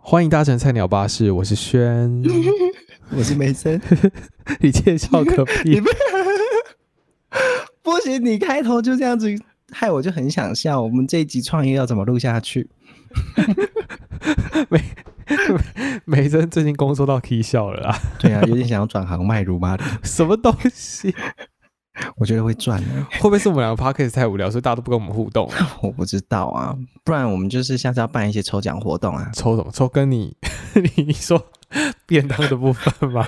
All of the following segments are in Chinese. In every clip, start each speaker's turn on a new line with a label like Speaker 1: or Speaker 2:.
Speaker 1: 欢迎搭乘菜鸟巴士，我是轩。
Speaker 2: 我是梅森。
Speaker 1: 你介绍个
Speaker 2: 你
Speaker 1: 屁！
Speaker 2: 不不行，你开头就这样子，害我就很想笑。我们这一集创业要怎么录下去？
Speaker 1: 美珍最近工作到 K 笑了 啊，
Speaker 2: 对啊，有点想要转行卖乳妈的，
Speaker 1: 什么东西？
Speaker 2: 我觉得会赚的。
Speaker 1: 会不会是我们两个 podcast 太无聊，所以大家都不跟我们互动？
Speaker 2: 我不知道啊，不然我们就是下次要办一些抽奖活动啊。
Speaker 1: 抽什么？抽跟你 你你说便当的部分吗？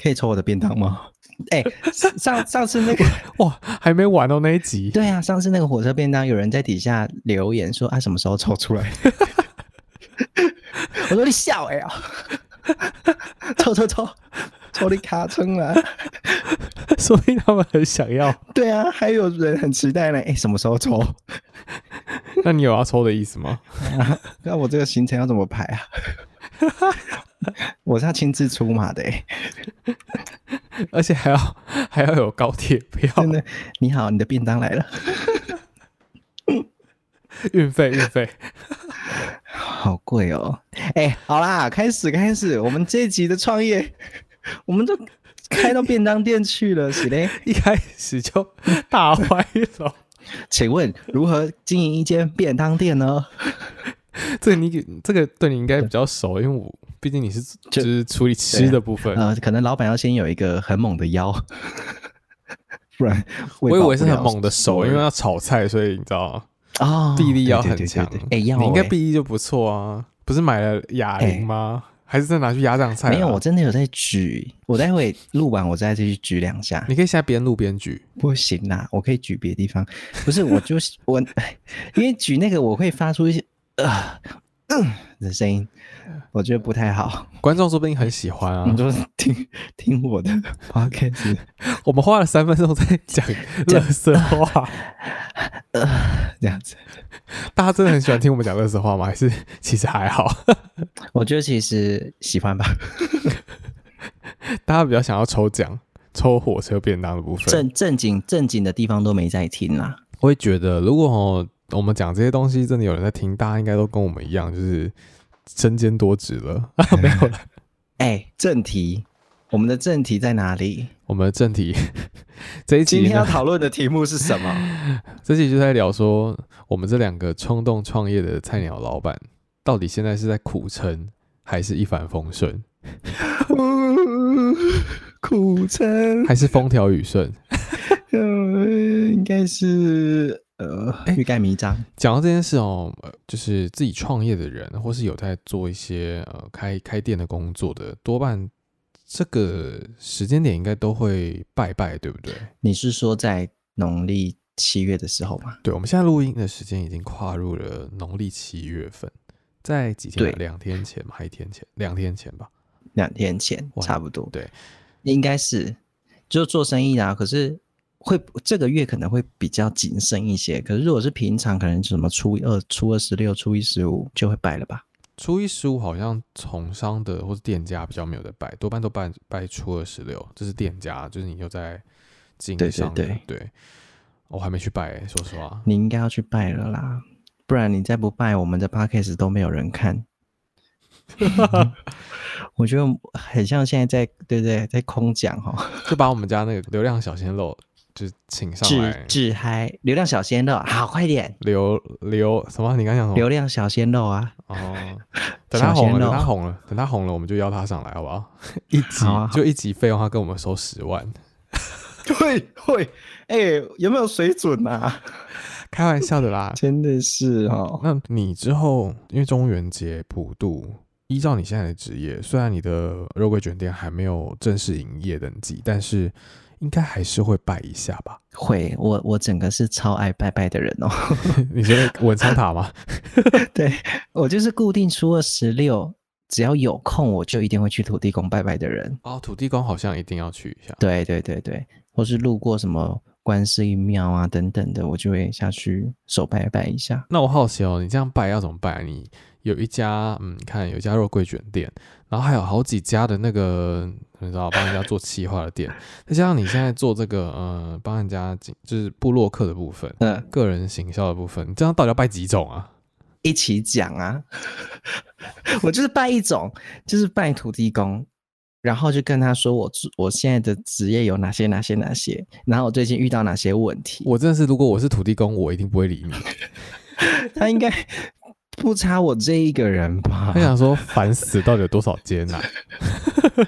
Speaker 2: 可以抽我的便当吗？哎、上上次那个，
Speaker 1: 哇，还没完哦那一 集。
Speaker 2: 对啊，上次那个火车便当，有人在底下留言说啊，什么时候抽出来？ 我说你笑哎、呀， 抽抽抽，抽你卡称了。
Speaker 1: 说不定他们很想要。
Speaker 2: 对啊，还有人很期待呢。哎、什么时 候抽？
Speaker 1: 那你有要抽的意思吗？
Speaker 2: 那我这个行程要怎么排啊？ 我是要亲自出马的、欸，
Speaker 1: 而且还要还要有高铁票、
Speaker 2: 真的。你好，你的便当来了，
Speaker 1: 运费、运费。
Speaker 2: 好贵哦、哎、好啦，开始开始，我们这一集的创业，我们都开到便当店去了，是嘞。
Speaker 1: 一开始就大歪楼。
Speaker 2: 请问如何经营一间便当店呢？
Speaker 1: 这个你这个对你应该比较熟，因为我毕竟你是就
Speaker 2: 就是
Speaker 1: 处理吃的部分。
Speaker 2: 呃，可能老板要先有一个很猛的腰， 不然
Speaker 1: 我以为是很猛
Speaker 2: 的
Speaker 1: 的手，因为要炒菜，所以你知道
Speaker 2: 啊，
Speaker 1: 臂力要
Speaker 2: 对
Speaker 1: 很
Speaker 2: 对对
Speaker 1: 强
Speaker 2: 对对。哎、要
Speaker 1: 你应该
Speaker 2: 欸
Speaker 1: 臂力就不错啊，不是买了哑铃吗？还是再拿去压榨菜？
Speaker 2: 哎
Speaker 1: 啊
Speaker 2: 没有，我，真的有在举，我待会录完我再去举两下。
Speaker 1: 你可以现在边录边举。
Speaker 2: 不行啦，我可以举别的地方。不是，我就是 我，因为举那个我会发出一些呃嗯的声音，我觉得不太好。
Speaker 1: 观众说不定很喜欢啊
Speaker 2: 你。就听听我 的 podcast，
Speaker 1: 我们花了三分钟在讲乐色 话，
Speaker 2: 这样子。
Speaker 1: 大家真的很喜欢听我们讲乐色话吗？还是其实还好？
Speaker 2: 我觉得其实喜欢吧，
Speaker 1: 大家比较想要抽奖、抽火车便当的部分。
Speaker 2: 正正经正经的地方都没在听 啦。
Speaker 1: 我会觉得，如果、哦、我们讲这些东西，真的有人在听，大家应该都跟我们一样，就是身兼多职了。 啊没有了，
Speaker 2: 哎，正题，我们的正题在哪里？
Speaker 1: 我们的正题 这一
Speaker 2: 今
Speaker 1: 集
Speaker 2: 天要
Speaker 1: 呢，
Speaker 2: 讨论的题目是什么？
Speaker 1: 这集就在聊说，我们这两个冲动创业的菜鸟老板，到底现在是在苦撑，还是一帆风顺，
Speaker 2: 苦撑。
Speaker 1: 还是风调雨顺？
Speaker 2: 呃，应该是呃欲盖弥彰。
Speaker 1: 讲到这件事哦，呃就是自己创业的人，或是有在做一些呃开开店的工作的，多半这个时间点应该都会拜拜，对不对？
Speaker 2: 你是说在农历七月的时候吗？
Speaker 1: 对，我们现在录音的时间已经跨入了农历七月份，在几天啊？
Speaker 2: 对
Speaker 1: 两天前吗？还一天前？两天前吧。
Speaker 2: 两天前
Speaker 1: 哇
Speaker 2: 差不多。
Speaker 1: 对，
Speaker 2: 应该是就做生意啦、可是会这个月可能会比较谨慎一些。可是如果是平常，可能什么初一二、初二十六、初一十五就会拜了吧？
Speaker 1: 初一十五好像从商的或是店家比较没有在拜，多半都拜拜初二十六，这是店家，就是你又在经
Speaker 2: 对对
Speaker 1: 商的。
Speaker 2: 对
Speaker 1: 我还没去拜、欸说实话。
Speaker 2: 你应该要去拜了啦，不然你再不拜，我们的 podcast 都没有人 看。我觉得很像现在在对不对，在空讲哈、哦，
Speaker 1: 就把我们家那个流量小鲜肉就是请上
Speaker 2: 自
Speaker 1: 来，
Speaker 2: 自嗨，流量小鲜肉，啊好快点，
Speaker 1: 流流什么？你刚讲什
Speaker 2: 流
Speaker 1: 么？
Speaker 2: 量小鲜肉啊！
Speaker 1: 哦，等他
Speaker 2: 小鲜
Speaker 1: 红了，等
Speaker 2: 肉
Speaker 1: 他红了，等他红了，我们就邀他上来，好不好？ 一集
Speaker 2: 好啊好
Speaker 1: 就一集费用，他跟我们收十万，
Speaker 2: 会会，哎、有没有水准啊？。
Speaker 1: 开玩笑的啦
Speaker 2: 真的是哦，
Speaker 1: 那你之后因为中元节普渡，依照你现在的职业，虽然你的肉桂卷店还没有正式营业登记，但是应该还是会拜一下吧？
Speaker 2: 会，我我整个是超爱拜拜的人哦。
Speaker 1: 你觉得文昌塔吗？
Speaker 2: 对我就是固定初二十六，只要有空我就一定会去土地公拜拜的人。
Speaker 1: 哦，土地公好像一定要去一下。
Speaker 2: 对对对对，或是路过什么观世音庙啊等等的，我就会下去手拜拜一下。
Speaker 1: 那我好奇哦，你这样拜要怎么拜？你有一家，嗯，看有一家肉桂卷店，然后还有好几家的那个，你知道帮人家做企划的店，再加上你现在做这个，呃，帮人家经就是部落客的部分，
Speaker 2: 嗯，
Speaker 1: 个人行销的部分，你这样到底要拜几种啊？
Speaker 2: 一起讲啊， 我就是拜一种，就是拜土地公，然后就跟他说我做我现在的职业有哪些哪些哪些，然后我最近遇到哪些问题。
Speaker 1: 我真的是，如果我是土地公，我一定不会理你。
Speaker 2: 他应该不差我这一个人 吧
Speaker 1: 他？想说，烦死，到底有多少间啊呐、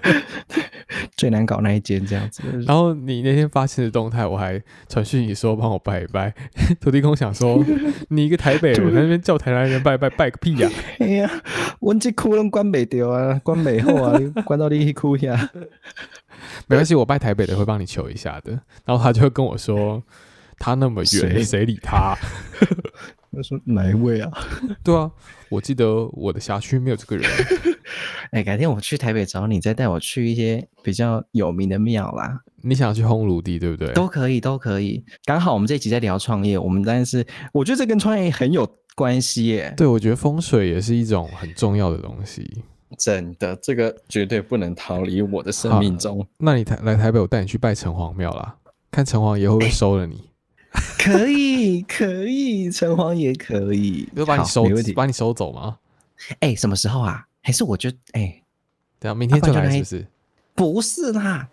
Speaker 2: 最难搞那一间这样子。
Speaker 1: 然后你那天发现的动态，我还传讯你说帮我拜一拜。 土地公想说，你一个台北人在那边叫台南人拜拜拜个屁呀、
Speaker 2: 哎呀，我这窟窿关不掉啊，关不好啊，关到你去啊哭呀。
Speaker 1: 没关系，我拜台北的会帮你求一下的。然后他就跟我说，他那么远，
Speaker 2: 谁
Speaker 1: 谁理他？
Speaker 2: 我说哪一位啊？
Speaker 1: 对啊，我记得我的辖区没有这个人。
Speaker 2: 哎，改天我去台北找你，再带我去一些比较有名的庙啦，
Speaker 1: 你想去烘炉地，对不对？
Speaker 2: 都可以，都可以。刚好我们这一集在聊创业，我们但是我觉得这跟创业很有关系耶，
Speaker 1: 对，我觉得风水也是一种很重要的东西。
Speaker 2: 真的，这个绝对不能逃离我的生命中。
Speaker 1: 那你台来台北，我带你去拜城隍庙啦，看城隍爷会不会
Speaker 2: 哎
Speaker 1: 收了你，
Speaker 2: 可以，可以，城隍也可以，
Speaker 1: 就把你
Speaker 2: 好
Speaker 1: 收
Speaker 2: 没问题。
Speaker 1: 把你收走吗？
Speaker 2: 哎，什么时候啊？还是我觉得，哎，
Speaker 1: 对啊，明天
Speaker 2: 啊不
Speaker 1: 就
Speaker 2: 然就
Speaker 1: 来是
Speaker 2: 来
Speaker 1: 不是？
Speaker 2: 不是啦，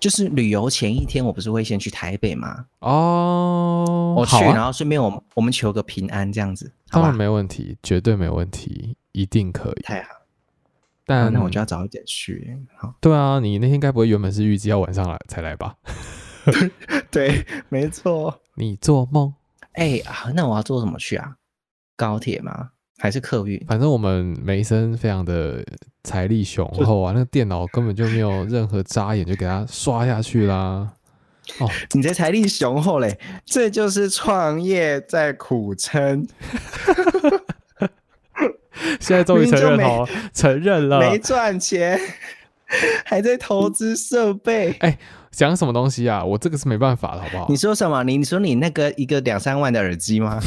Speaker 2: 就是旅游前一天，我不是会先去台北吗？
Speaker 1: 哦，
Speaker 2: 我去，
Speaker 1: 好啊，
Speaker 2: 然后顺便我们我们求个平安这样子，好
Speaker 1: 当
Speaker 2: 啊
Speaker 1: 然
Speaker 2: 吧？
Speaker 1: 没问题，绝对没问题，一定可以。
Speaker 2: 太好了，
Speaker 1: 但
Speaker 2: 啊那我就要早一点去。好，
Speaker 1: 对啊，你那天该不会原本是预计要晚上来才来吧？
Speaker 2: 对，没错。
Speaker 1: 你做梦。
Speaker 2: 哎、啊，那我要坐什么去啊？高铁吗？还是客运？
Speaker 1: 反正我们梅森非常的财力雄厚啊，那个电脑根本就没有任何眨眼就给他刷下去啦。
Speaker 2: 你这财力雄厚嘞，这就是创业在苦撑。
Speaker 1: 现在终于承认哦，承认了。
Speaker 2: 没赚钱，还在投资设备。
Speaker 1: 讲什么东西啊？我这个是没办法的，好不好
Speaker 2: 你？说什么？你你说你那个一个两三万的耳机吗？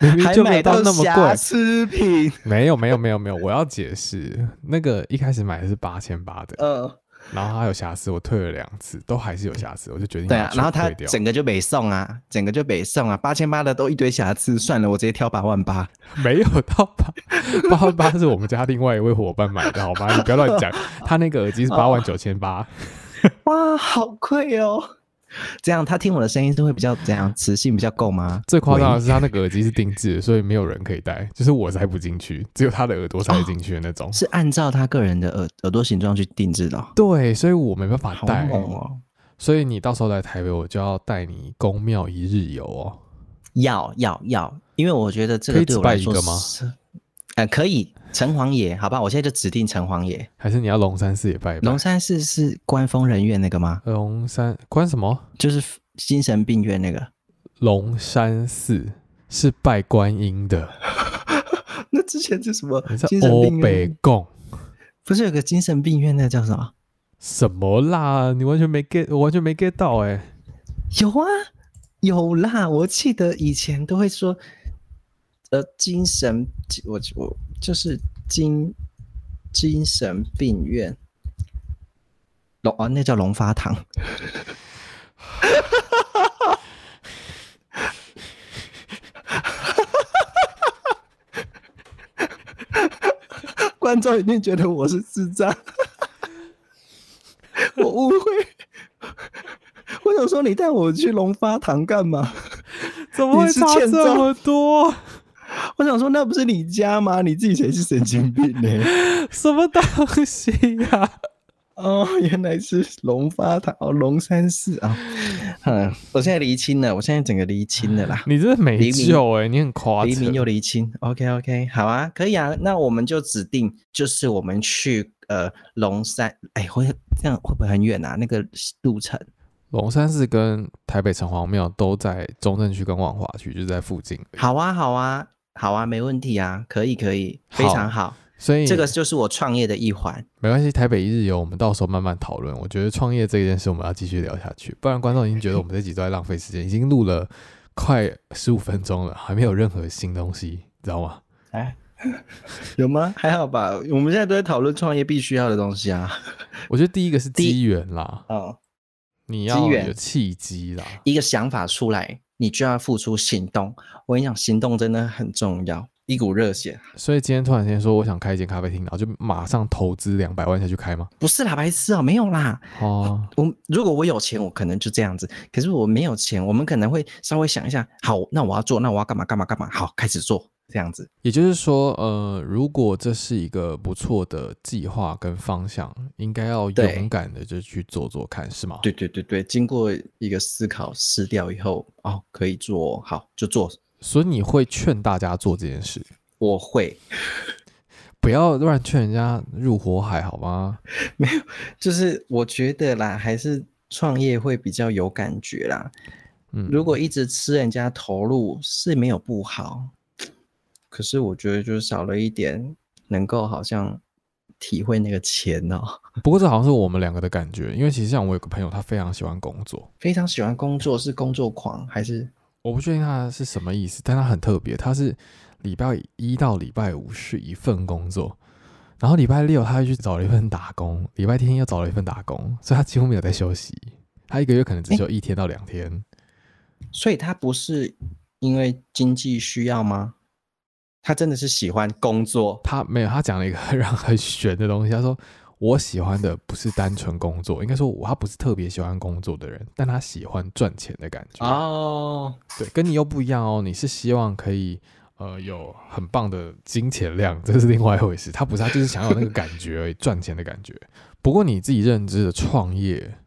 Speaker 1: 明明
Speaker 2: 还
Speaker 1: 就没
Speaker 2: 买
Speaker 1: 有到那么贵
Speaker 2: 瑕。疵品？
Speaker 1: 没有没有没有没有，我要解释，那个一开始买的是八千八的，
Speaker 2: 呃，
Speaker 1: 然后它有瑕疵，我退了两次，都还是有瑕嗯疵，我就决定
Speaker 2: 对啊
Speaker 1: 把，它
Speaker 2: 然后它
Speaker 1: 退掉。
Speaker 2: 整个就北送啊，整个就北送啊，八千八的都一堆瑕疵，算了，我直接挑八万八。
Speaker 1: 没有到八八万八是我们家另外一位伙伴买的，好吗？你不要乱讲，他那个耳机是八万九千八。
Speaker 2: 哇，好贵哦！这样他听我的声音是会比较怎样？磁性比较够吗？
Speaker 1: 最夸张的是，他那个耳机是定制的，所以没有人可以戴，就是我塞不进去，只有他的耳朵塞得进去的那种。
Speaker 2: 是按照他个人的耳耳朵形状去定制的哦、
Speaker 1: 对，所以我没办法
Speaker 2: 好
Speaker 1: 戴。
Speaker 2: 猛哦！
Speaker 1: 所以你到时候来台北，我就要带你宫庙一日游哦。
Speaker 2: 要要要，因为我觉得这
Speaker 1: 可
Speaker 2: 个
Speaker 1: 以
Speaker 2: 对
Speaker 1: 只
Speaker 2: 我来
Speaker 1: 拜一
Speaker 2: 说
Speaker 1: 个吗
Speaker 2: 是呃，可以城隍爷，好吧，我现在就指定城隍爷。
Speaker 1: 还是你要龙山寺也拜一拜
Speaker 2: 龙？山寺是官方人院那个吗？
Speaker 1: 龙山关什么？
Speaker 2: 就是精神病院那个？
Speaker 1: 龙山寺是拜观音的，
Speaker 2: 那之前是什么
Speaker 1: 你是欧北贡
Speaker 2: 不是有个精神病院，那叫什么？
Speaker 1: 什么啦？你完全没 get，我完全没 get 到哎、
Speaker 2: 有啊，有啦！我记得以前都会说，呃，精神，我我就是精精神病院，龙啊，那叫龙发堂。 观众一定觉得我是智障， 我误会。我想说，你带我去龙发堂干嘛？
Speaker 1: 怎么会
Speaker 2: 你是
Speaker 1: 差
Speaker 2: 欠
Speaker 1: 这
Speaker 2: 揍
Speaker 1: 么多？
Speaker 2: 我想说，那不是你家吗？你自己才是神经病呢、
Speaker 1: 什么东西呀、
Speaker 2: 哦，原来是龙发堂哦，龙山寺啊。嗯，我现在厘清了，我现在整个厘清了啦，
Speaker 1: 你这没
Speaker 2: 黎明
Speaker 1: 救哎、你很夸
Speaker 2: 黎明
Speaker 1: 张。
Speaker 2: 又厘清。OK OK，好啊，可以啊。那我们就指定，就是我们去呃龙山，哎，会这样会不会很远啊？那个路程
Speaker 1: 龙山寺跟台北城隍庙都在中正区跟万华区，就是在附近，
Speaker 2: 好啊，好啊，好啊，没问题啊，可以可以，非常好。
Speaker 1: 所以
Speaker 2: 这个就是我创业的一环。
Speaker 1: 没关系。台北一日游，我们到时候慢慢讨论。我觉得创业这件事，我们要继续聊下去，不然观众已经觉得我们这集都在浪费时间，已经录了快十五分钟了，还没有任何新东西，你知道吗？
Speaker 2: 哎， 有吗？还好吧。我们现在都在讨论创业必须要的东西啊。
Speaker 1: 我觉得第一个是机缘啦，
Speaker 2: 嗯，
Speaker 1: 你要
Speaker 2: 机缘
Speaker 1: 有契机啦。
Speaker 2: 一个想法出来，你就要付出行动。我跟你讲，行动真的很重要。一股热血。
Speaker 1: 所以今天突然间说我想开一间咖啡厅，然后就马上投资两百万下去开吗？
Speaker 2: 不是啦，白痴哦、没有啦。
Speaker 1: 哦，
Speaker 2: 我如果我有钱，我可能就这样子。可是我没有钱，我们可能会稍微想一下，好，那我要做，那我要干嘛干嘛干嘛，好，开始做这样子。
Speaker 1: 也就是说，呃，如果这是一个不错的计划跟方向，应该要
Speaker 2: 对
Speaker 1: 勇敢的就去做做看，是吗？
Speaker 2: 对对对对，经过一个思考试掉以后，哦，可以做，好就做。
Speaker 1: 所以你会劝大家做这件事，
Speaker 2: 我会，
Speaker 1: 不要乱劝人家入火海，好吗？
Speaker 2: 就是我觉得啦，还是创业会比较有感觉啦。
Speaker 1: 嗯，
Speaker 2: 如果一直吃人家投入是没有不好，可是我觉得就是少了一点能够好像体会那个钱哦。
Speaker 1: 不过这好像是我们两个的感觉，因为其实像我有个朋友，他非常喜欢工作，
Speaker 2: 非常喜欢工作，是工作狂还是
Speaker 1: 我不确定他是什么意思，但他很特别，他是礼拜一到礼拜五是一份工作，然后礼拜六他又去找了一份打工，礼拜天又找了一份打工，所以他几乎没有在休息，他一个月可能只休一天到两天。
Speaker 2: 所以他不是因为经济需要吗？他真的是喜欢工作，
Speaker 1: 他没有，他讲了一个让很 玄的东西。他说：“我喜欢的不是单纯工作，应该说我他不是特别喜欢工作的人，但他喜欢赚钱的感觉。
Speaker 2: 哦，
Speaker 1: 对，跟你又不一样哦。你是希望可以呃有很棒的金钱量，这是另外一回事。他不是，他就是想要有那个感觉而已，赚钱的感觉。不过你自己认知的创业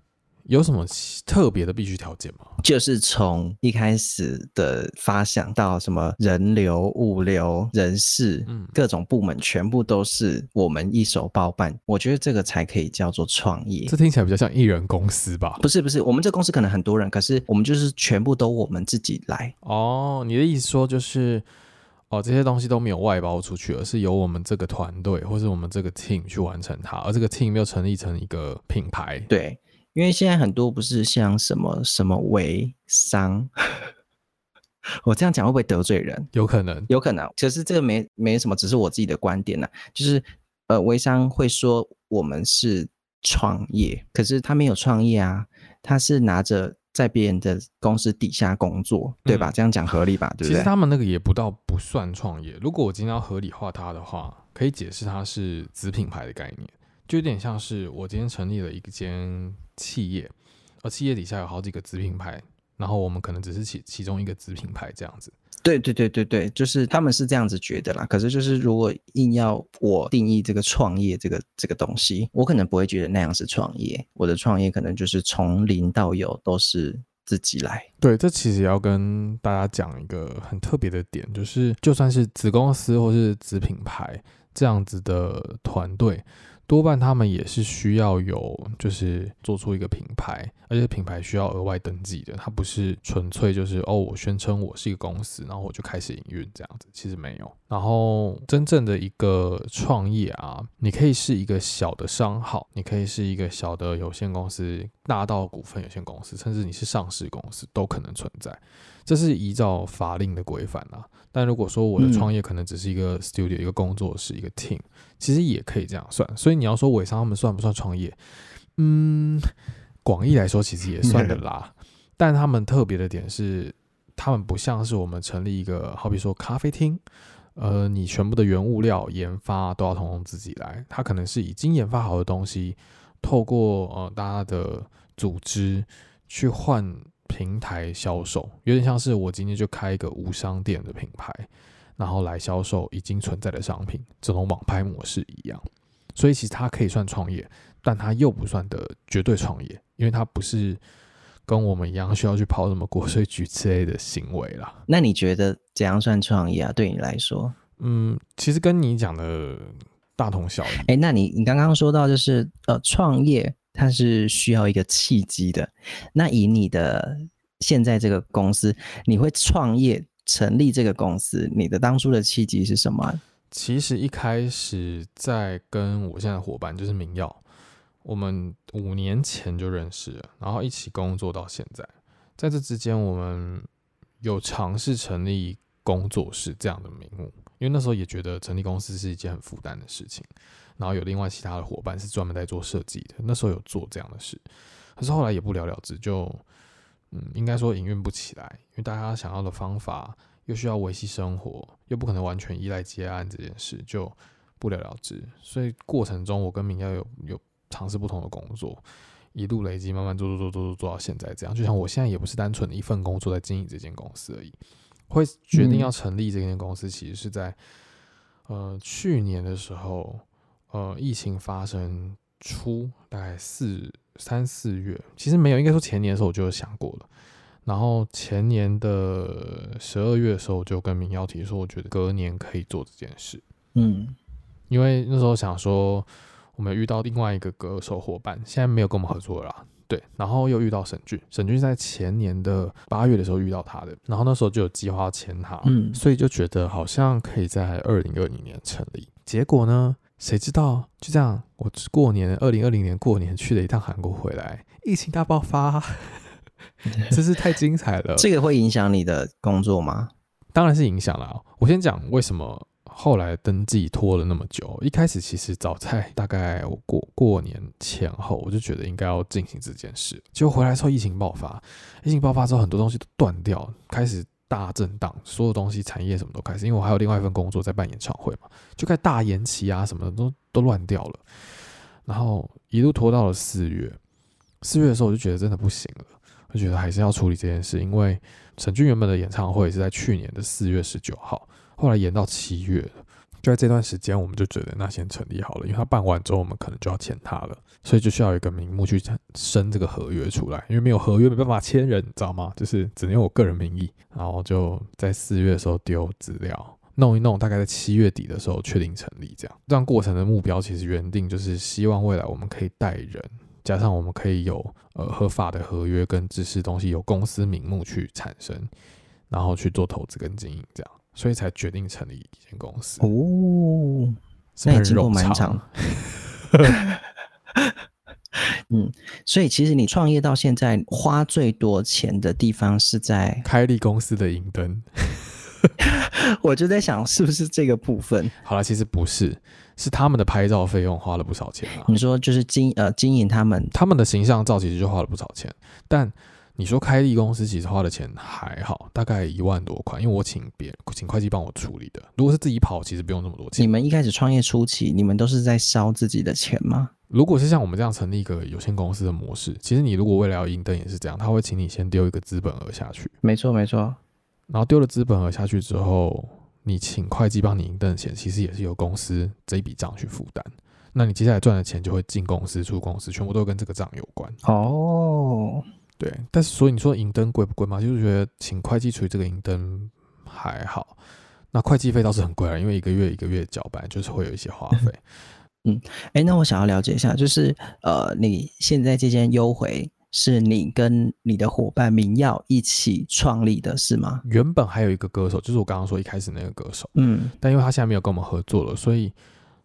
Speaker 1: 有什么特别的必须条件吗？
Speaker 2: 就是从一开始的发想到什么人流、物流、人事，
Speaker 1: 嗯
Speaker 2: 各种部门全部都是我们一手包办。我觉得这个才可以叫做创业
Speaker 1: 这。听起来比较像艺人公司吧？
Speaker 2: 不是不是，我们这公司可能很多人，可是我们就是全部都我们自己来。
Speaker 1: 哦，你的意思说就是，哦，这些东西都没有外包出去，而是由我们这个团队或是我们这个 team 去完成它，而这个 team 又成立成一个品牌。
Speaker 2: 对，因为现在很多不是像什么什么微商， 我这样讲会不会得罪人？
Speaker 1: 有可能，
Speaker 2: 有可能，可是这个没没什么，只是我自己的观点呐、就是呃，微商会说我们是创业，可是他没有创业啊，他是拿着在别人的公司底下工作，对
Speaker 1: 嗯
Speaker 2: 吧？这样讲合理吧？对
Speaker 1: 其
Speaker 2: 不
Speaker 1: 实
Speaker 2: 对？
Speaker 1: 他们那个也不到不算创业。如果我今天要合理化它的话，可以解释它是子品牌的概念，就有点像是我今天成立了一间企业，而企业底下有好几个子品牌，然后我们可能只是其其中一个子品牌这样子。
Speaker 2: 对对对对对，就是他们是这样子觉得啦。可是就是如果硬要我定义这个创业这个这个东西，我可能不会觉得那样是创业。我的创业可能就是从零到有都是自己来。
Speaker 1: 对，这其实也要跟大家讲一个很特别的点，就是就算是子公司或是子品牌这样子的团队，多半他们也是需要有就是做出一个品牌，而且品牌需要额外登记的，它不是纯粹就是哦，我宣称我是一个公司，然后我就开始营运这样子，其实没有。然后真正的一个创业啊，你可以是一个小的商号，你可以是一个小的有限公司，大到股份有限公司，甚至你是上市公司都可能存在。这是依照法令的规范啦。但如果说我的
Speaker 2: 嗯
Speaker 1: 创业可能只是一个 studio、一个工作室、一个 team，其实也可以这样算。所以你要说伟商他们算不算创业？嗯，广义来说其实也算的啦。但他们特别的点是，他们不像是我们成立一个，好比说咖啡厅，呃，你全部的原物料研发都要通通自己来，它可能是已经研发好的东西，透过呃大家的组织去换平台销售，有点像是我今天就开一个无商店的品牌，然后来销售已经存在的商品，这种网拍模式一样。所以其实它可以算创业，但它又不算的绝对创业，因为它不是跟我们一样需要去跑什么国税局之类的行为啦。
Speaker 2: 那你觉得怎样算创业啊？对你来说？
Speaker 1: 嗯，其实跟你讲的大同小异。
Speaker 2: 哎，那你你刚刚说到就是呃，创业它是需要一个契机的。那以你的现在这个公司，你会创业成立这个公司，你的当初的契机是什么啊？
Speaker 1: 其实一开始在跟我现在的伙伴就是明耀，我们五年前就认识了，然后一起工作到现在。在这之间，我们有尝试成立工作室这样的名目，因为那时候也觉得成立公司是一件很负担的事情。然后有另外其他的伙伴是专门在做设计的，那时候有做这样的事，可是后来也不了了之，就嗯，应该说营运不起来，因为大家想要的方法又需要维系生活，又不可能完全依赖接案这件事，就不了了之。所以过程中，我跟明耀有有尝试不同的工作，一路累积，慢慢做做做做做做到现在这样。就像我现在也不是单纯的一份工作在经营这间公司而已，会决定要成立这间公司，其实是在呃去年的时候，呃疫情发生初大概四三四月，其实没有，应该说前年的时候我就有想过了。然后前年的十二月的时候，我就跟明耀提说，我觉得隔年可以做这件事，
Speaker 2: 嗯
Speaker 1: 因为那时候想说，我们有遇到另外一个歌手伙伴，现在没有跟我们合作了啦对，然后又遇到沈俊，沈俊在前年的八月的时候遇到他的，然后那时候就有计划要签他，
Speaker 2: 嗯
Speaker 1: 所以就觉得好像可以在二零二零年成立。结果呢，谁知道就这样，我过年二零二零年过年去了一趟韩国回来，疫情大爆发，真是太精彩了。
Speaker 2: 这个会影响你的工作吗？
Speaker 1: 当然是影响啦。哦我先讲为什么后来登记拖了那么久。一开始其实早在大概我过过年前后，我就觉得应该要进行这件事。结果回来的时候疫情爆发，疫情爆发之后很多东西都断掉，开始大震荡，所有东西产业什么都开始。因为我还有另外一份工作在办演唱会嘛，就开始大延期啊什么的都都乱掉了。然后一路拖到了四月，四月的时候我就觉得真的不行了，我觉得还是要处理这件事，因为沈俊原本的演唱会是在去年的四月十九号，后来延到七月了。就在这段时间，我们就觉得那先成立好了，因为他办完之后，我们可能就要签他了，所以就需要有一个名目去申这个合约出来，因为没有合约没办法签人，你知道吗？ 就是只能用我个人名义，然后就在四月的时候丢资料。弄一弄，大概在七月底的时候确定成立，这样这样过程的目标其实原定就是希望未来我们可以带人，加上我们可以有呃合法的合约跟知识东西，由公司名目去产生，然后去做投资跟经营，这样，所以才决定成立一间公司。
Speaker 2: 哦，
Speaker 1: 是
Speaker 2: 那
Speaker 1: 不是
Speaker 2: 也经过
Speaker 1: 很
Speaker 2: 蛮
Speaker 1: 冗
Speaker 2: 长。嗯，所以其实你创业到现在花最多钱的地方是在，
Speaker 1: 开立公司的银灯。
Speaker 2: 我就在想是不是这个部分？
Speaker 1: 好了，其实不是，是他们的拍照费用花了不少钱啊。
Speaker 2: 你说就是经呃经营他们，
Speaker 1: 他们的形象照其实就花了不少钱，但你说开立公司其实花的钱还好，大概一万多块，因为我请别人请会计帮我处理的。如果是自己跑，其实不用那么多
Speaker 2: 你
Speaker 1: 钱。
Speaker 2: 们一开始创业初期，你们都是在烧自己的钱吗？
Speaker 1: 如果是像我们这样成立一个有限公司的模式，其实你如果未来要赢灯也是这样，他会请你先丢一个资本额下去，
Speaker 2: 没错，没错，
Speaker 1: 然后丢了资本额下去之后，你请会计帮你赢灯的钱，其实也是由公司这一笔账去负担。那你接下来赚的钱就会进公司、出公司，全部都跟这个账有关。
Speaker 2: 哦，
Speaker 1: 对，但是所以你说银灯贵不贵嘛？就是觉得请会计处理这个银灯还好，那会计费倒是很贵了，啊因为一个月一个月缴，本来就是会有一些花费。
Speaker 2: 哎，那我想要了解一下，就是呃，你现在这间优回是你跟你的伙伴明耀一起创立的，是吗？
Speaker 1: 原本还有一个歌手，就是我刚刚说一开始那个歌手，
Speaker 2: 嗯，
Speaker 1: 但因为他现在没有跟我们合作了，所以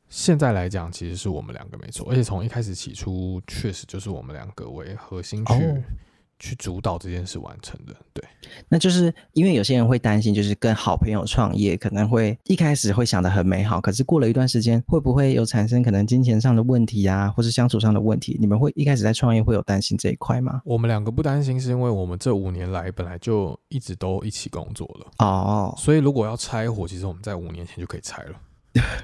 Speaker 1: 现在来讲其实是我们两个没错，而且从一开始起初确实就是我们两个为核心去、
Speaker 2: 哦
Speaker 1: 去主导这件事完成的。对，
Speaker 2: 那就是因为有些人会担心，就是跟好朋友创业可能会一开始会想得很美好，可是过了一段时间，会不会有产生可能金钱上的问题啊，或是相处上的问题？你们会一开始在创业会有担心这一块吗？
Speaker 1: 我们两个不担心，是因为我们这五年来本来就一直都一起工作了。
Speaker 2: 哦，
Speaker 1: 所以如果要拆伙，其实我们在五年前就可以拆了。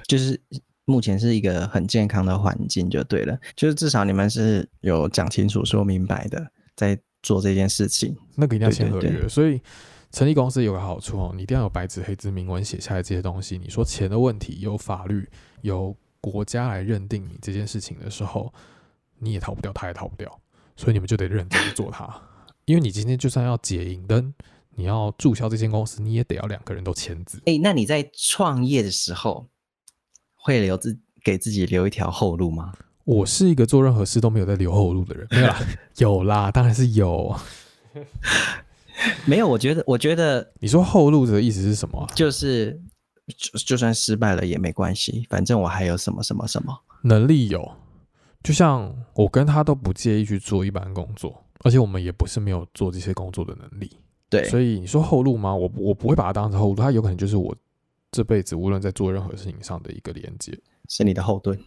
Speaker 2: 就是目前是一个很健康的环境就对了，就是至少你们是有讲清楚、说明白的，在做这件事情。
Speaker 1: 那个一定要签合
Speaker 2: 对
Speaker 1: 约。
Speaker 2: 对
Speaker 1: 所以成立公司有个好处哦，你一定要有白纸黑字明文写下来这些东西。你说钱的问题，由法律、由国家来认定你这件事情的时候，你也逃不掉，他也逃不掉，所以你们就得认真去做它。因为你今天就算要解银灯，你要注销这间公司，你也得要两个人都签字。
Speaker 2: 哎，那你在创业的时候，会留自给自己留一条后路吗？
Speaker 1: 我是一个做任何事都没有在留后路的人，没有啦， 有啦，当然是有。
Speaker 2: 没有，我觉得，我觉得
Speaker 1: 你说后路的意思是什么啊、
Speaker 2: 就是就就算失败了也没关系，反正我还有什么什么什么。
Speaker 1: 能力有，就像我跟他都不介意去做一般工作，而且我们也不是没有做这些工作的能力。
Speaker 2: 对，
Speaker 1: 所以你说后路吗？我不我不会把它当成后路，它有可能就是我这辈子无论在做任何事情上的一个连接。
Speaker 2: 是你的后盾。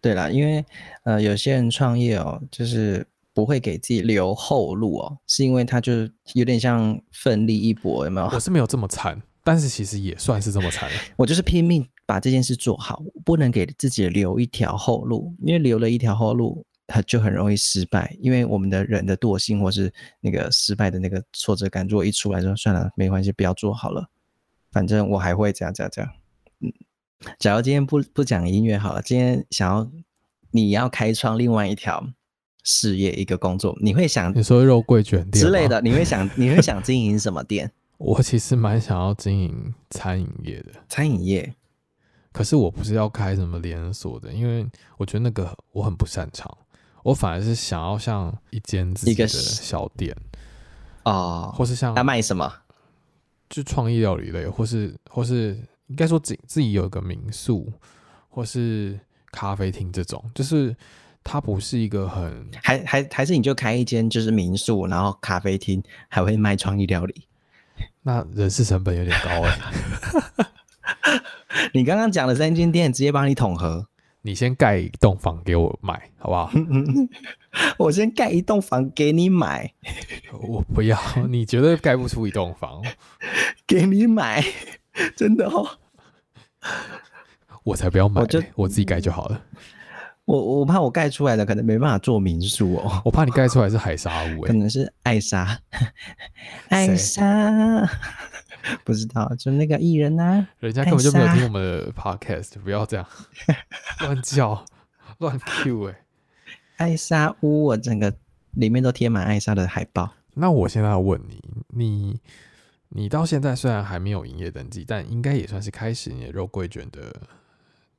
Speaker 2: 对啦，因为呃，有些人创业哦，就是不会给自己留后路哦，是因为他就有点像奋力一搏，有没有？
Speaker 1: 我是没有这么惨，但是其实也算是这么 惨了。
Speaker 2: 我就是拼命把这件事做好，不能给自己留一条后路，因为留了一条后路，很就很容易失败。因为我们的人的惰性或是那个失败的那个挫折感，如果一出来说算了，没关系，不要做好了，反正我还会这样这样这样。嗯，假如今天不不讲音乐好了，今天想要你要开创另外一条事业一个工作，你会想
Speaker 1: 你说肉桂卷店
Speaker 2: 之类
Speaker 1: 吗，
Speaker 2: 的，你会想你会想经营什么店？
Speaker 1: 我其实蛮想要经营餐饮业的，
Speaker 2: 餐 饮业
Speaker 1: 可是我不是要开什么连锁的，因为我觉得那个我很不擅长，我反而是想要像一间自己
Speaker 2: 一个
Speaker 1: 的
Speaker 2: 是
Speaker 1: 小店，
Speaker 2: 哦，
Speaker 1: 或是像
Speaker 2: 他卖什么？
Speaker 1: 就创意料理类，或是或是应该说自己自己有一个民宿，或是咖啡厅这种，就是它不是一个很
Speaker 2: 还还还是你就开一间就是民宿，然后咖啡厅还会卖创意料理。
Speaker 1: 那人事成本有点高哎、
Speaker 2: 你刚刚讲的三间店直接帮你统合，
Speaker 1: 你先盖一栋房给我买好不好？
Speaker 2: 嗯我先盖一栋房给你买，
Speaker 1: 我不要， 你绝对盖不出一栋房，
Speaker 2: 给你买，真的哦。
Speaker 1: 我才不要买
Speaker 2: 我就
Speaker 1: 嘞，我自己盖就好了。
Speaker 2: 我我怕我盖出来的可能没办法做民宿哦，
Speaker 1: 我怕你盖出来是海沙屋
Speaker 2: 可
Speaker 1: 哎、
Speaker 2: 能是艾莎， 艾莎，不知道就那个艺人啊，
Speaker 1: 人家根本就没有
Speaker 2: 海
Speaker 1: 听
Speaker 2: 沙
Speaker 1: 我们的 podcast，不要这样 乱叫乱 Q 哎、
Speaker 2: 艾莎屋，我整个里面都贴满艾莎的海报。
Speaker 1: 那我现在要问你，你你到现在虽然还没有营业登记，但应该也算是开始你的肉桂卷的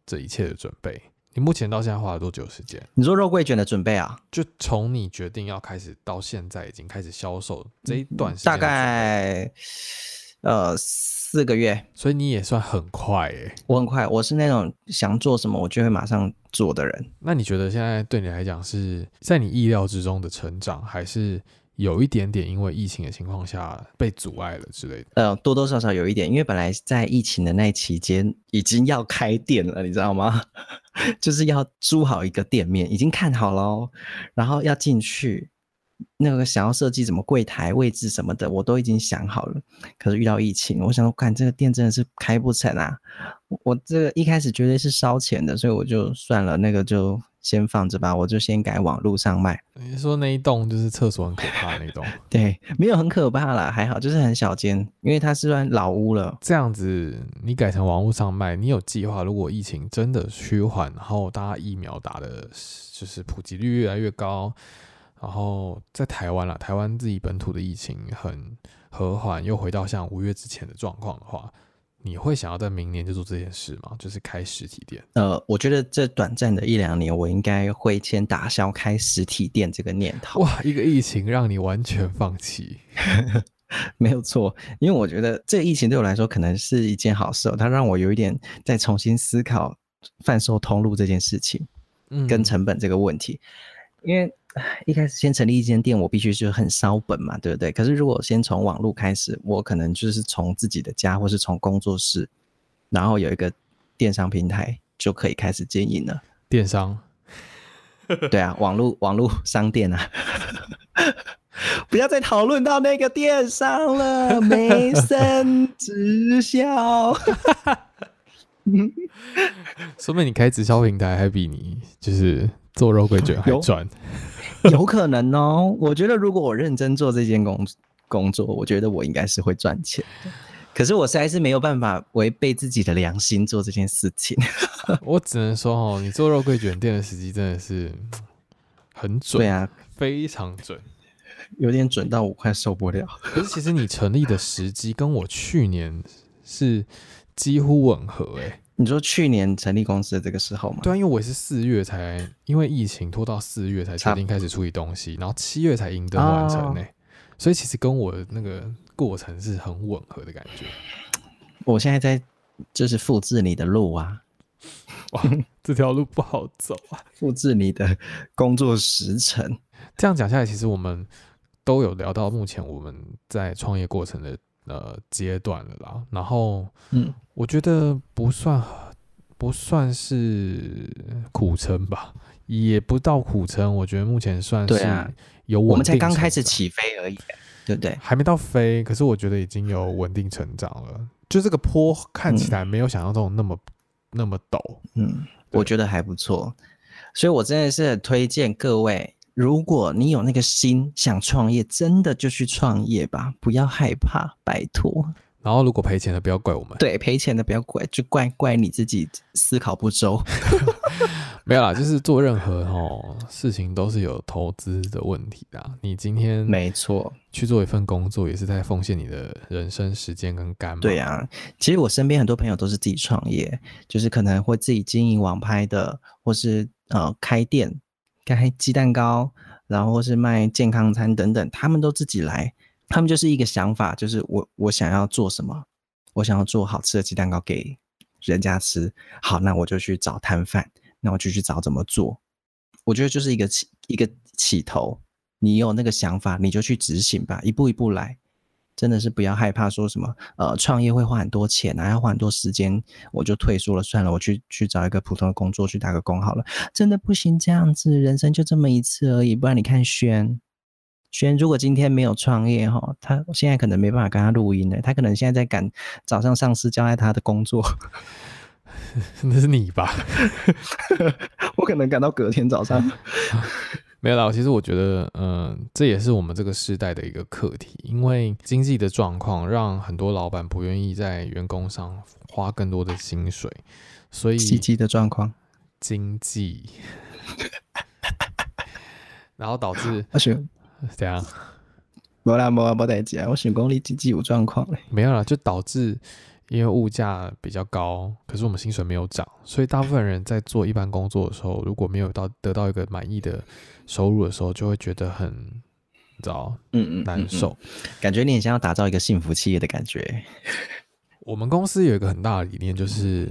Speaker 1: 这一切的准备。你目前到现在花了多久时间？
Speaker 2: 你说肉桂卷的准备啊？
Speaker 1: 就从你决定要开始到现在已经开始销售这一段时间
Speaker 2: 嗯
Speaker 1: 的
Speaker 2: 大
Speaker 1: 准备，
Speaker 2: 概呃四个月，
Speaker 1: 所以你也算很快诶、
Speaker 2: 我很快，我是那种想做什么我就会马上做的人。
Speaker 1: 那你觉得现在对你来讲是在你意料之中的成长，还是有一点点因为疫情的情况下被阻碍了之类的？
Speaker 2: 呃，多多少少有一点，因为本来在疫情的那期间已经要开店了，你知道吗？ 就是要租好一个店面，已经看好了哦，然后要进去，那个想要设计什么柜台位置什么的，我都已经想好了。可是遇到疫情，我想说，看这个店真的是开不成啊！我我这个一开始绝对是烧钱的，所以我就算了，那个就先放着吧，我就先改网络上卖。
Speaker 1: 你说那一栋就是厕所很可怕的那栋，
Speaker 2: 对，没有很可怕啦，还好，就是很小间，因为它是算老屋了。
Speaker 1: 这样子，你改成网络上卖，你有计划？如果疫情真的趋缓，然后大家疫苗打的，就是普及率越来越高，然后在台湾啦，台湾自己本土的疫情很和缓，又回到像五月之前的状况的话，你会想要在明年就做这件事吗？就是开实体店？
Speaker 2: 呃，我觉得这短暂的一两年，我应该会先打消开实体店这个念头。
Speaker 1: 哇，一个疫情让你完全放弃，
Speaker 2: 没有错，因为我觉得这个疫情对我来说可能是一件好事、哦，它让我有一点再重新思考贩售通路这件事情
Speaker 1: 嗯
Speaker 2: 跟成本这个问题。因为唉一开始先成立一间店，我必须就很烧本嘛，对不对？可是如果先从网络开始，我可能就是从自己的家或是从工作室，然后有一个电商平台就可以开始经营了。
Speaker 1: 电商。
Speaker 2: 对啊，网络网络商店啊， 不要再讨论到那个电商了，梅森直销。
Speaker 1: 说明你开直销平台还比你就是做肉桂卷还
Speaker 2: 有
Speaker 1: 赚，
Speaker 2: 有可能哦。我觉得如果我认真做这件工工作，我觉得我应该是会赚钱的。可是我实在是没有办法违背自己的良心做这件事情。
Speaker 1: 我只能说哦，你做肉桂卷店的时机真的是嗯很准，
Speaker 2: 对啊，
Speaker 1: 非常准。
Speaker 2: 有点准到我快受不了。
Speaker 1: 可是其实你成立的时机跟我去年是几乎吻合诶、
Speaker 2: 你说去年成立公司的这个时候嘛，
Speaker 1: 对啊，因为我也是四月才因为疫情拖到四月才决
Speaker 2: 差不哦
Speaker 1: 定开始处理东西，然后七月才迎灯完成诶、欸所以其实跟我的那个过程是很吻合的感觉。
Speaker 2: 我现在在就是复制你的路啊，
Speaker 1: 这条路不好走啊。
Speaker 2: 复制你的工作时程。
Speaker 1: 这样讲下来，其实我们都有聊到目前我们在创业过程的呃阶段了啦。然后
Speaker 2: 嗯，
Speaker 1: 我觉得不算不算是苦撑吧，也不到苦撑，我觉得目前算
Speaker 2: 对
Speaker 1: 是
Speaker 2: 啊
Speaker 1: 有稳定。
Speaker 2: 我们才刚开始，起飞而已，对不对？
Speaker 1: 还没到飞，可是我觉得已经有稳定成长了。就这个坡看起来没有想象中那么、那么陡，
Speaker 2: 嗯，我觉得还不错，所以我真的是很推荐各位，如果你有那个心想创业，真的就去创业吧，不要害怕，拜托。
Speaker 1: 然后如果赔钱的不要怪我们，
Speaker 2: 对，赔钱的不要怪，就怪怪你自己思考不周。
Speaker 1: 没有啦，就是做任何哦事情都是有投资的问题的啊。你今天
Speaker 2: 没错，
Speaker 1: 去做一份工作，也是在奉献你的人生时间跟肝嘛。
Speaker 2: 对啊，其实我身边很多朋友都是自己创业，就是可能会自己经营网拍的，或是呃开店，开鸡蛋糕，然后或是卖健康餐等等，他们都自己来。他们就是一个想法，就是我我想要做什么，我想要做好吃的鸡蛋糕给人家吃。好，那我就去找摊贩，那我就去找怎么做。我觉得就是一个起一个起头，你有那个想法，你就去执行吧，一步一步来。真的是不要害怕说什么，呃，创业会花很多钱啊，要花很多时间，我就退缩了，算了，我去去找一个普通的工作去打个工好了。真的不行，这样子人生就这么一次而已。不然你看轩，轩如果今天没有创业哈，他现在可能没办法跟他录音了，他可能现在在赶早上上司交代他的工作，
Speaker 1: 那是你吧？
Speaker 2: 我可能赶到隔天早上。
Speaker 1: 没有啦，其实我觉得，嗯、这也是我们这个时代的一个课题，因为经济的状况让很多老板不愿意在员工上花更多的薪水，所以
Speaker 2: 袭击的状况，
Speaker 1: 经济， 然后导致啊
Speaker 2: 我想，
Speaker 1: 怎样？
Speaker 2: 没啦没啦没代志啊，我想讲你经济有状况嘞。
Speaker 1: 没有啦，就导致因为物价比较高，可是我们薪水没有涨，所以大部分人在做一般工作的时候，如果没有到得到一个满意的收入的时候，就会觉得很，你知道
Speaker 2: 嗯嗯，
Speaker 1: 难受。
Speaker 2: 感觉你很像要打造一个幸福企业的感觉。
Speaker 1: 我们公司有一个很大的理念，就是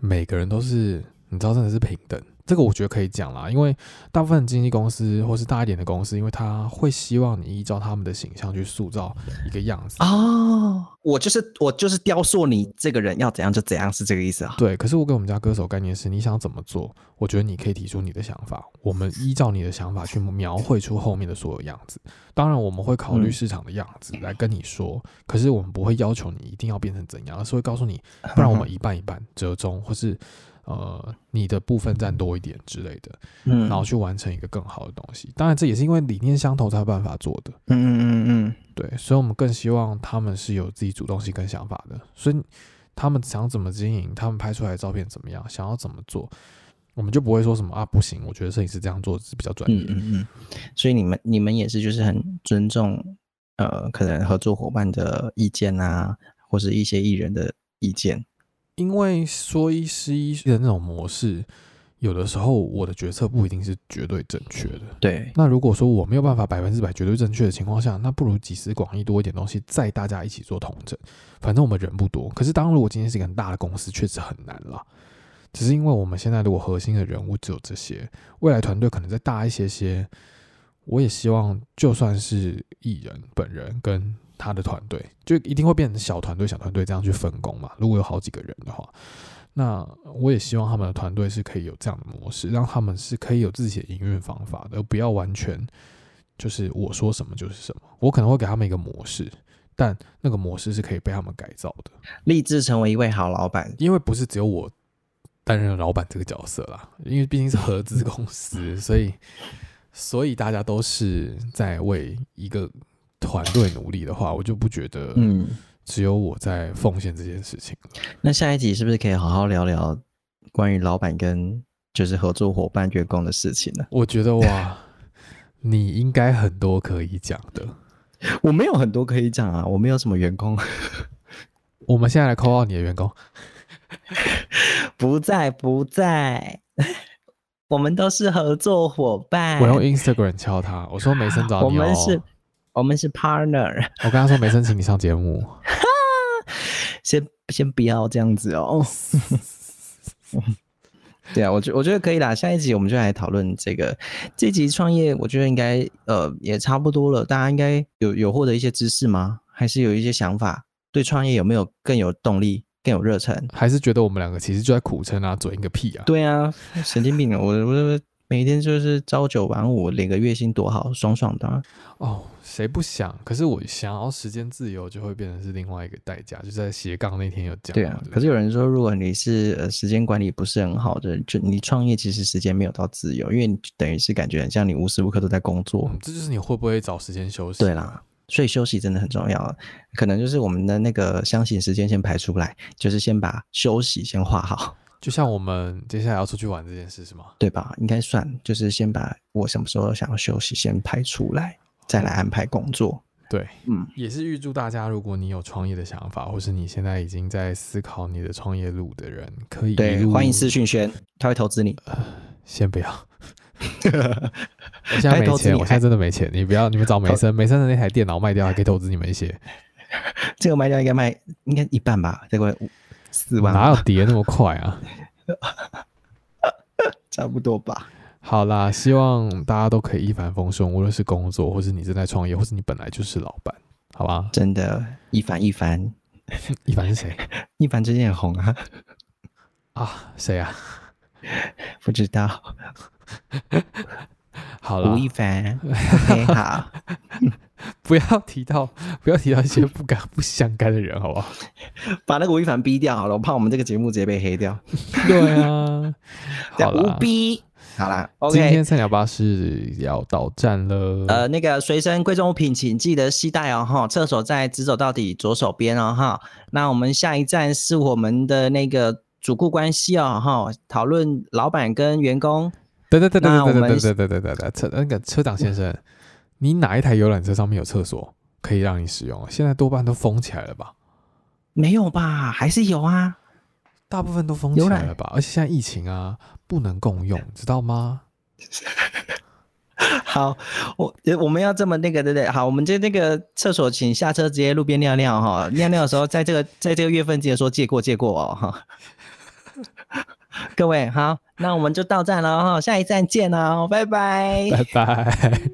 Speaker 1: 每个人都是，你知道，真的是平等。这个我觉得可以讲啦，因为大部分经纪公司或是大一点的公司，因为他会希望你依照他们的形象去塑造一个样子。
Speaker 2: 哦，我就是我就是雕塑你这个人要怎样就怎样，是这个意思啊？
Speaker 1: 对，可是我给我们家歌手概念是，你想怎么做，我觉得你可以提出你的想法，我们依照你的想法去描绘出后面的所有样子。当然，我们会考虑
Speaker 2: 嗯
Speaker 1: 市场的样子来跟你说，可是我们不会要求你一定要变成怎样，而是会告诉你，不然我们一半一半折中，或是呃你的部分占多一点之类的，
Speaker 2: 嗯
Speaker 1: 然后去完成一个更好的东西。当然，这也是因为理念相投才有办法做的。
Speaker 2: 嗯嗯嗯
Speaker 1: 对，所以我们更希望他们是有自己主动性跟想法的，所以他们想怎么经营，他们拍出来的照片怎么样，想要怎么做，我们就不会说什么啊不行，我觉得摄影师这样做是比较专业
Speaker 2: 嗯
Speaker 1: 的。
Speaker 2: 嗯嗯，所以你们你们也是就是很尊重呃，可能合作伙伴的意见啊，或是一些艺人的意见。
Speaker 1: 因为说一是一的那种模式，有的时候我的决策不一定是绝对正确的。
Speaker 2: 对，
Speaker 1: 那如果说我没有办法百分之百绝对正确的情况下，那不如集思广益，多一点东西，再大家一起做统整。反正我们人不多，可是当如果今天是一个很大的公司，确实很难啦。只是因为我们现在如果核心的人物只有这些，未来团队可能再大一些些，我也希望就算是艺人本人跟他的团队，就一定会变成小团队、小团队这样去分工嘛。如果有好几个人的话，那我也希望他们的团队是可以有这样的模式，让他们是可以有自己的营运方法的，而不要完全就是我说什么就是什么。我可能会给他们一个模式，但那个模式是可以被他们改造的，
Speaker 2: 立志成为一位好老板。
Speaker 1: 因为不是只有我担任老板这个角色啦，因为毕竟是合资公司，所以所以大家都是在为一个团队努力的话，我就不觉得
Speaker 2: 嗯，
Speaker 1: 只有我在奉献这件事情了。
Speaker 2: 那下一集是不是可以好好聊聊关于老板跟就是合作伙伴、员工的事情呢？
Speaker 1: 我觉得哇， 你应该很多可以讲的。
Speaker 2: 我没有很多可以讲啊，我没有什么员工。
Speaker 1: 我们现在来 call out 你的员工，
Speaker 2: 不在不在， 我们都是合作伙伴。
Speaker 1: 我用 Instagram 敲他，我说梅森找你、哦，
Speaker 2: 哎我们是，我们是 partner。
Speaker 1: 我跟他说梅森，请你上节目。
Speaker 2: 先先不要这样子 哦。对啊，我觉我觉得可以啦。下一集我们就来讨论这个，这集创业，我觉得应该呃也差不多了。大家应该有有获得一些知识吗？还是有一些想法？对创业有没有更有动力、更有热忱？
Speaker 1: 还是觉得我们两个其实就在苦撑啊，嘴硬个屁啊！
Speaker 2: 对啊，神经病啊！我我每天就是朝九晚五，领个月薪多好，爽爽的、啊。
Speaker 1: 哦，谁不想？可是我想要时间自由，就会变成是另外一个代价。就在斜杠那天有讲嘛，
Speaker 2: 对啊，可是有人说，如果你是呃时间管理不是很好的，就你创业其实时间没有到自由，因为你等于是感觉很像你无时无刻都在工作。
Speaker 1: 嗯这就是你会不会找时间休息？
Speaker 2: 对啦，所以休息真的很重要啊。可能就是我们的那个相信时间先排出来，就是先把休息先画好，
Speaker 1: 就像我们接下来要出去玩这件事是吗？
Speaker 2: 对吧？应该算，就是先把我什么时候想要休息先排出来，再来安排工作。
Speaker 1: 对，
Speaker 2: 嗯，
Speaker 1: 也是预祝大家，如果你有创业的想法，或是你现在已经在思考你的创业路的人，可以一
Speaker 2: 对，
Speaker 1: 路
Speaker 2: 欢迎私讯轩，他会投资你。
Speaker 1: 先不 要。我现在
Speaker 2: 还
Speaker 1: 没
Speaker 2: 投资
Speaker 1: 钱，
Speaker 2: 你
Speaker 1: 我现在真的没钱。你不要，你们找美森，美森的那台电脑卖掉，还可以投资你们一些。
Speaker 2: 这个卖掉应该卖应该一半吧，大概五四万
Speaker 1: 哪
Speaker 2: 吧，
Speaker 1: 有跌那么快啊？
Speaker 2: 差不多吧。
Speaker 1: 好啦，希望大家都可以一帆风顺，无论是工作，或是你正在创业，或是你本来就是老板，好吧？
Speaker 2: 真的，一凡一凡
Speaker 1: 一凡是 谁
Speaker 2: 一凡最近很红啊，
Speaker 1: 啊？谁啊？
Speaker 2: 不知道
Speaker 1: 好啦
Speaker 2: 吴，亦凡。OK，好，
Speaker 1: 不要提到不要提到一些不敢不相干的人，好不好？
Speaker 2: 把那个吴亦凡逼掉好了，我怕我们这个节目直接被黑掉。
Speaker 1: 对啊，好
Speaker 2: 无
Speaker 1: 啦，
Speaker 2: 逼。好啦
Speaker 1: 今
Speaker 2: ，OK
Speaker 1: 天。三聊巴士要到站了，
Speaker 2: 呃，那个随身贵重物品请记得携带哦，哈。厕所在直走到底左手边哦，哈。那我们下一站是我们的那个主顾关系哦，哈，讨论老板跟员工。
Speaker 1: 等等等
Speaker 2: 那
Speaker 1: 等
Speaker 2: 我
Speaker 1: 等
Speaker 2: 们
Speaker 1: 等等等等等等，车那个车长先生，你哪一台游览车上面有厕所可以让你使用？现在多半都封起来了吧？
Speaker 2: 没有吧？还是有啊。
Speaker 1: 大部分都封起
Speaker 2: 游
Speaker 1: 来
Speaker 2: 览
Speaker 1: 了吧？而且现在疫情啊，不能共用，知道吗？
Speaker 2: 好，我呃我们要这么那个，对不对？好，我们这那个厕所，请下车直接路边尿尿哈。尿尿的时候，在这个 在这个月份记得说借过借过哦哈。 啊哦各位好，那我们就到站了哈，下一站见哦，拜拜。
Speaker 1: 拜拜。